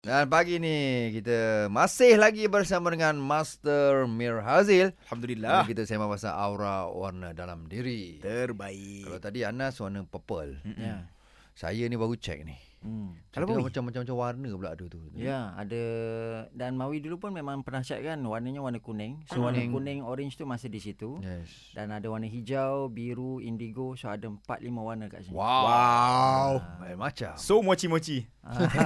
Dan pagi ni kita masih lagi bersama dengan Master Mir Hazil. Alhamdulillah. Lah. Dan kita sembang pasal aura warna dalam diri. Kalau Terbaik. tadi Ana warna purple. Mm-mm. Ya. Saya ni baru check ni. Hmm. Kalau Kalau Mawi. macam macam-macam warna pula ada tu. Ya, ada dan Mawi dulu pun memang pernah cakap kan warnanya warna kuning. So warna Kuning. kuning orange tu masih di situ. Yes. Dan ada warna hijau, biru, indigo. So ada 4 5 warna kat sini. Wow. Wow. Lain macam. So mochi-mochi.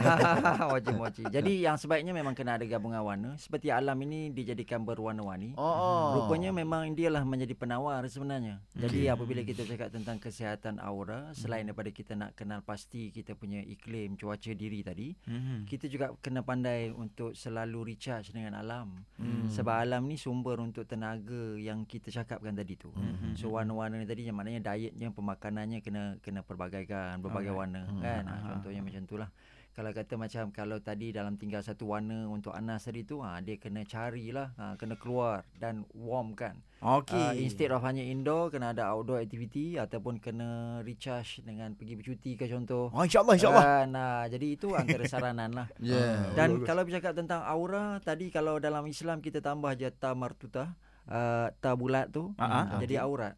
Wajib-wajib. Ah, Jadi yang sebaiknya memang kena ada gabungan warna. Seperti alam ini dijadikan berwarna-warni. Oh, oh. Rupanya memang dialah menjadi penawar sebenarnya. Jadi apabila kita cakap tentang kesihatan aura, selain daripada kita nak kenal pasti kita punya iklim, cuaca diri tadi, Hmm. Mm-hmm. kita juga kena pandai untuk selalu recharge dengan alam. Hmm. Sebab alam ni sumber untuk tenaga yang kita cakapkan tadi tu. Hmm. So warna-warna ni tadi yang maknanya dietnya, pemakanannya kena kena perbagaikan, berbagai Alright. warna Hmm. kan. Ha, contohnya macam tu lah. Kalau kata macam kalau tadi dalam tinggal satu warna untuk Anas tadi tu, ha, dia kena carilah, ha, kena keluar dan warm kan. Okay. Uh, instead of hanya indoor, kena ada outdoor activity ataupun kena recharge dengan pergi bercuti ke contoh. Oh, insyaAllah, insyaAllah. Kan, ah, jadi itu antara saranan lah. Yeah. Bagus, Dan bagus. kalau bercakap tentang aura, tadi kalau dalam Islam kita tambah je ta martuta, uh, ta bulat tu, hmm, ah. Ah, jadi aurat.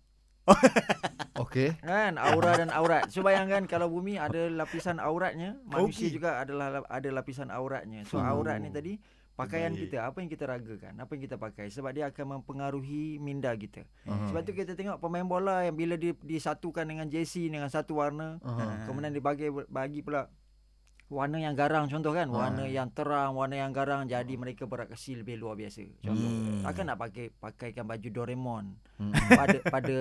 Okey. Kan, aura dan aurat. So bayangkan kalau bumi ada lapisan auratnya, manusia Okey. juga adalah ada lapisan auratnya. So Fuh. aurat ni tadi pakaian Terbaik. kita, apa yang kita ragakan, apa yang kita pakai sebab dia akan mempengaruhi minda kita. Hmm. Uh-huh. Sebab tu kita tengok pemain bola yang bila dia disatukan dengan jersey dengan satu warna, Uh-huh. Ha, Kemudian dia bagi bagi pula warna yang garang contoh Hmm. kan, warna yang terang, warna yang garang jadi mereka beraksi lebih luar biasa. Contoh. Hmm. Takkan nak pakai pakaikan baju Doraemon Hmm. pada pada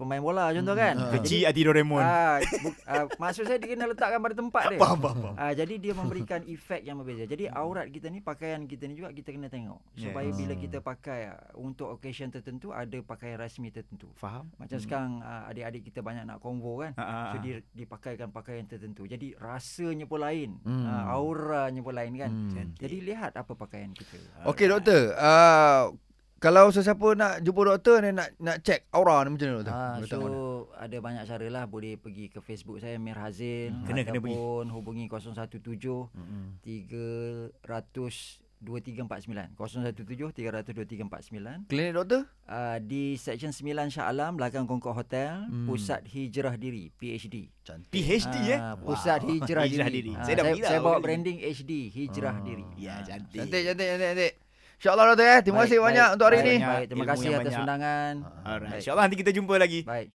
pemain bola contoh kan. Hmm. Keji Adi Doraemon. Ah, bu- ah, maksud saya dia kena letakkan pada tempat dia. Faham, faham, faham. Ah, jadi dia memberikan efek yang berbeza. Hmm. Jadi aurat kita ni, pakaian kita ni juga kita kena tengok. Supaya Yes. bila Hmm. kita pakai ah, untuk occasion tertentu ada pakaian rasmi tertentu. Faham? Macam Hmm. sekarang ah, adik-adik kita banyak nak konvo kan. Ah, ah, So ah. dia dipakaikan pakaian tertentu. Jadi rasanya pun lain, Hmm. hmm. uh, auranya pun lain kan. Hmm. Hmm. Jadi lihat apa pakaian kita. Okey doktor. Uh, kalau sesiapa nak jumpa doktor ni nak nak check aura ni macam mana doktor? Ah, Letak so mana? ada banyak cara lah Boleh pergi ke Facebook saya Mir Hazil Hmm. Kena, kena pergi. Hmm. Ataupun hubungi 017 Mm-mm. 300 2349 017 300 2349 Klinik doktor? uh, Di Seksyen 9 Shah Alam Belakang Kongkok Hotel Hmm. Pusat Hijrah Diri PhD Cantik. PhD eh. Ah, Pusat Wow. Hijrah, Hijrah Diri, Diri. Ah, Saya dah pergi dah saya awal bawa branding HD Hijrah Diri Ya, Ah. cantik. Cantik, cantik, cantik, cantik. InsyaAllah doktor eh. Terima kasih banyak untuk hari baik, ni. Ah. Baik, terima Ilmu kasih yang atas banyak. undangan. Alright. Baik. InsyaAllah nanti kita jumpa lagi. Baik.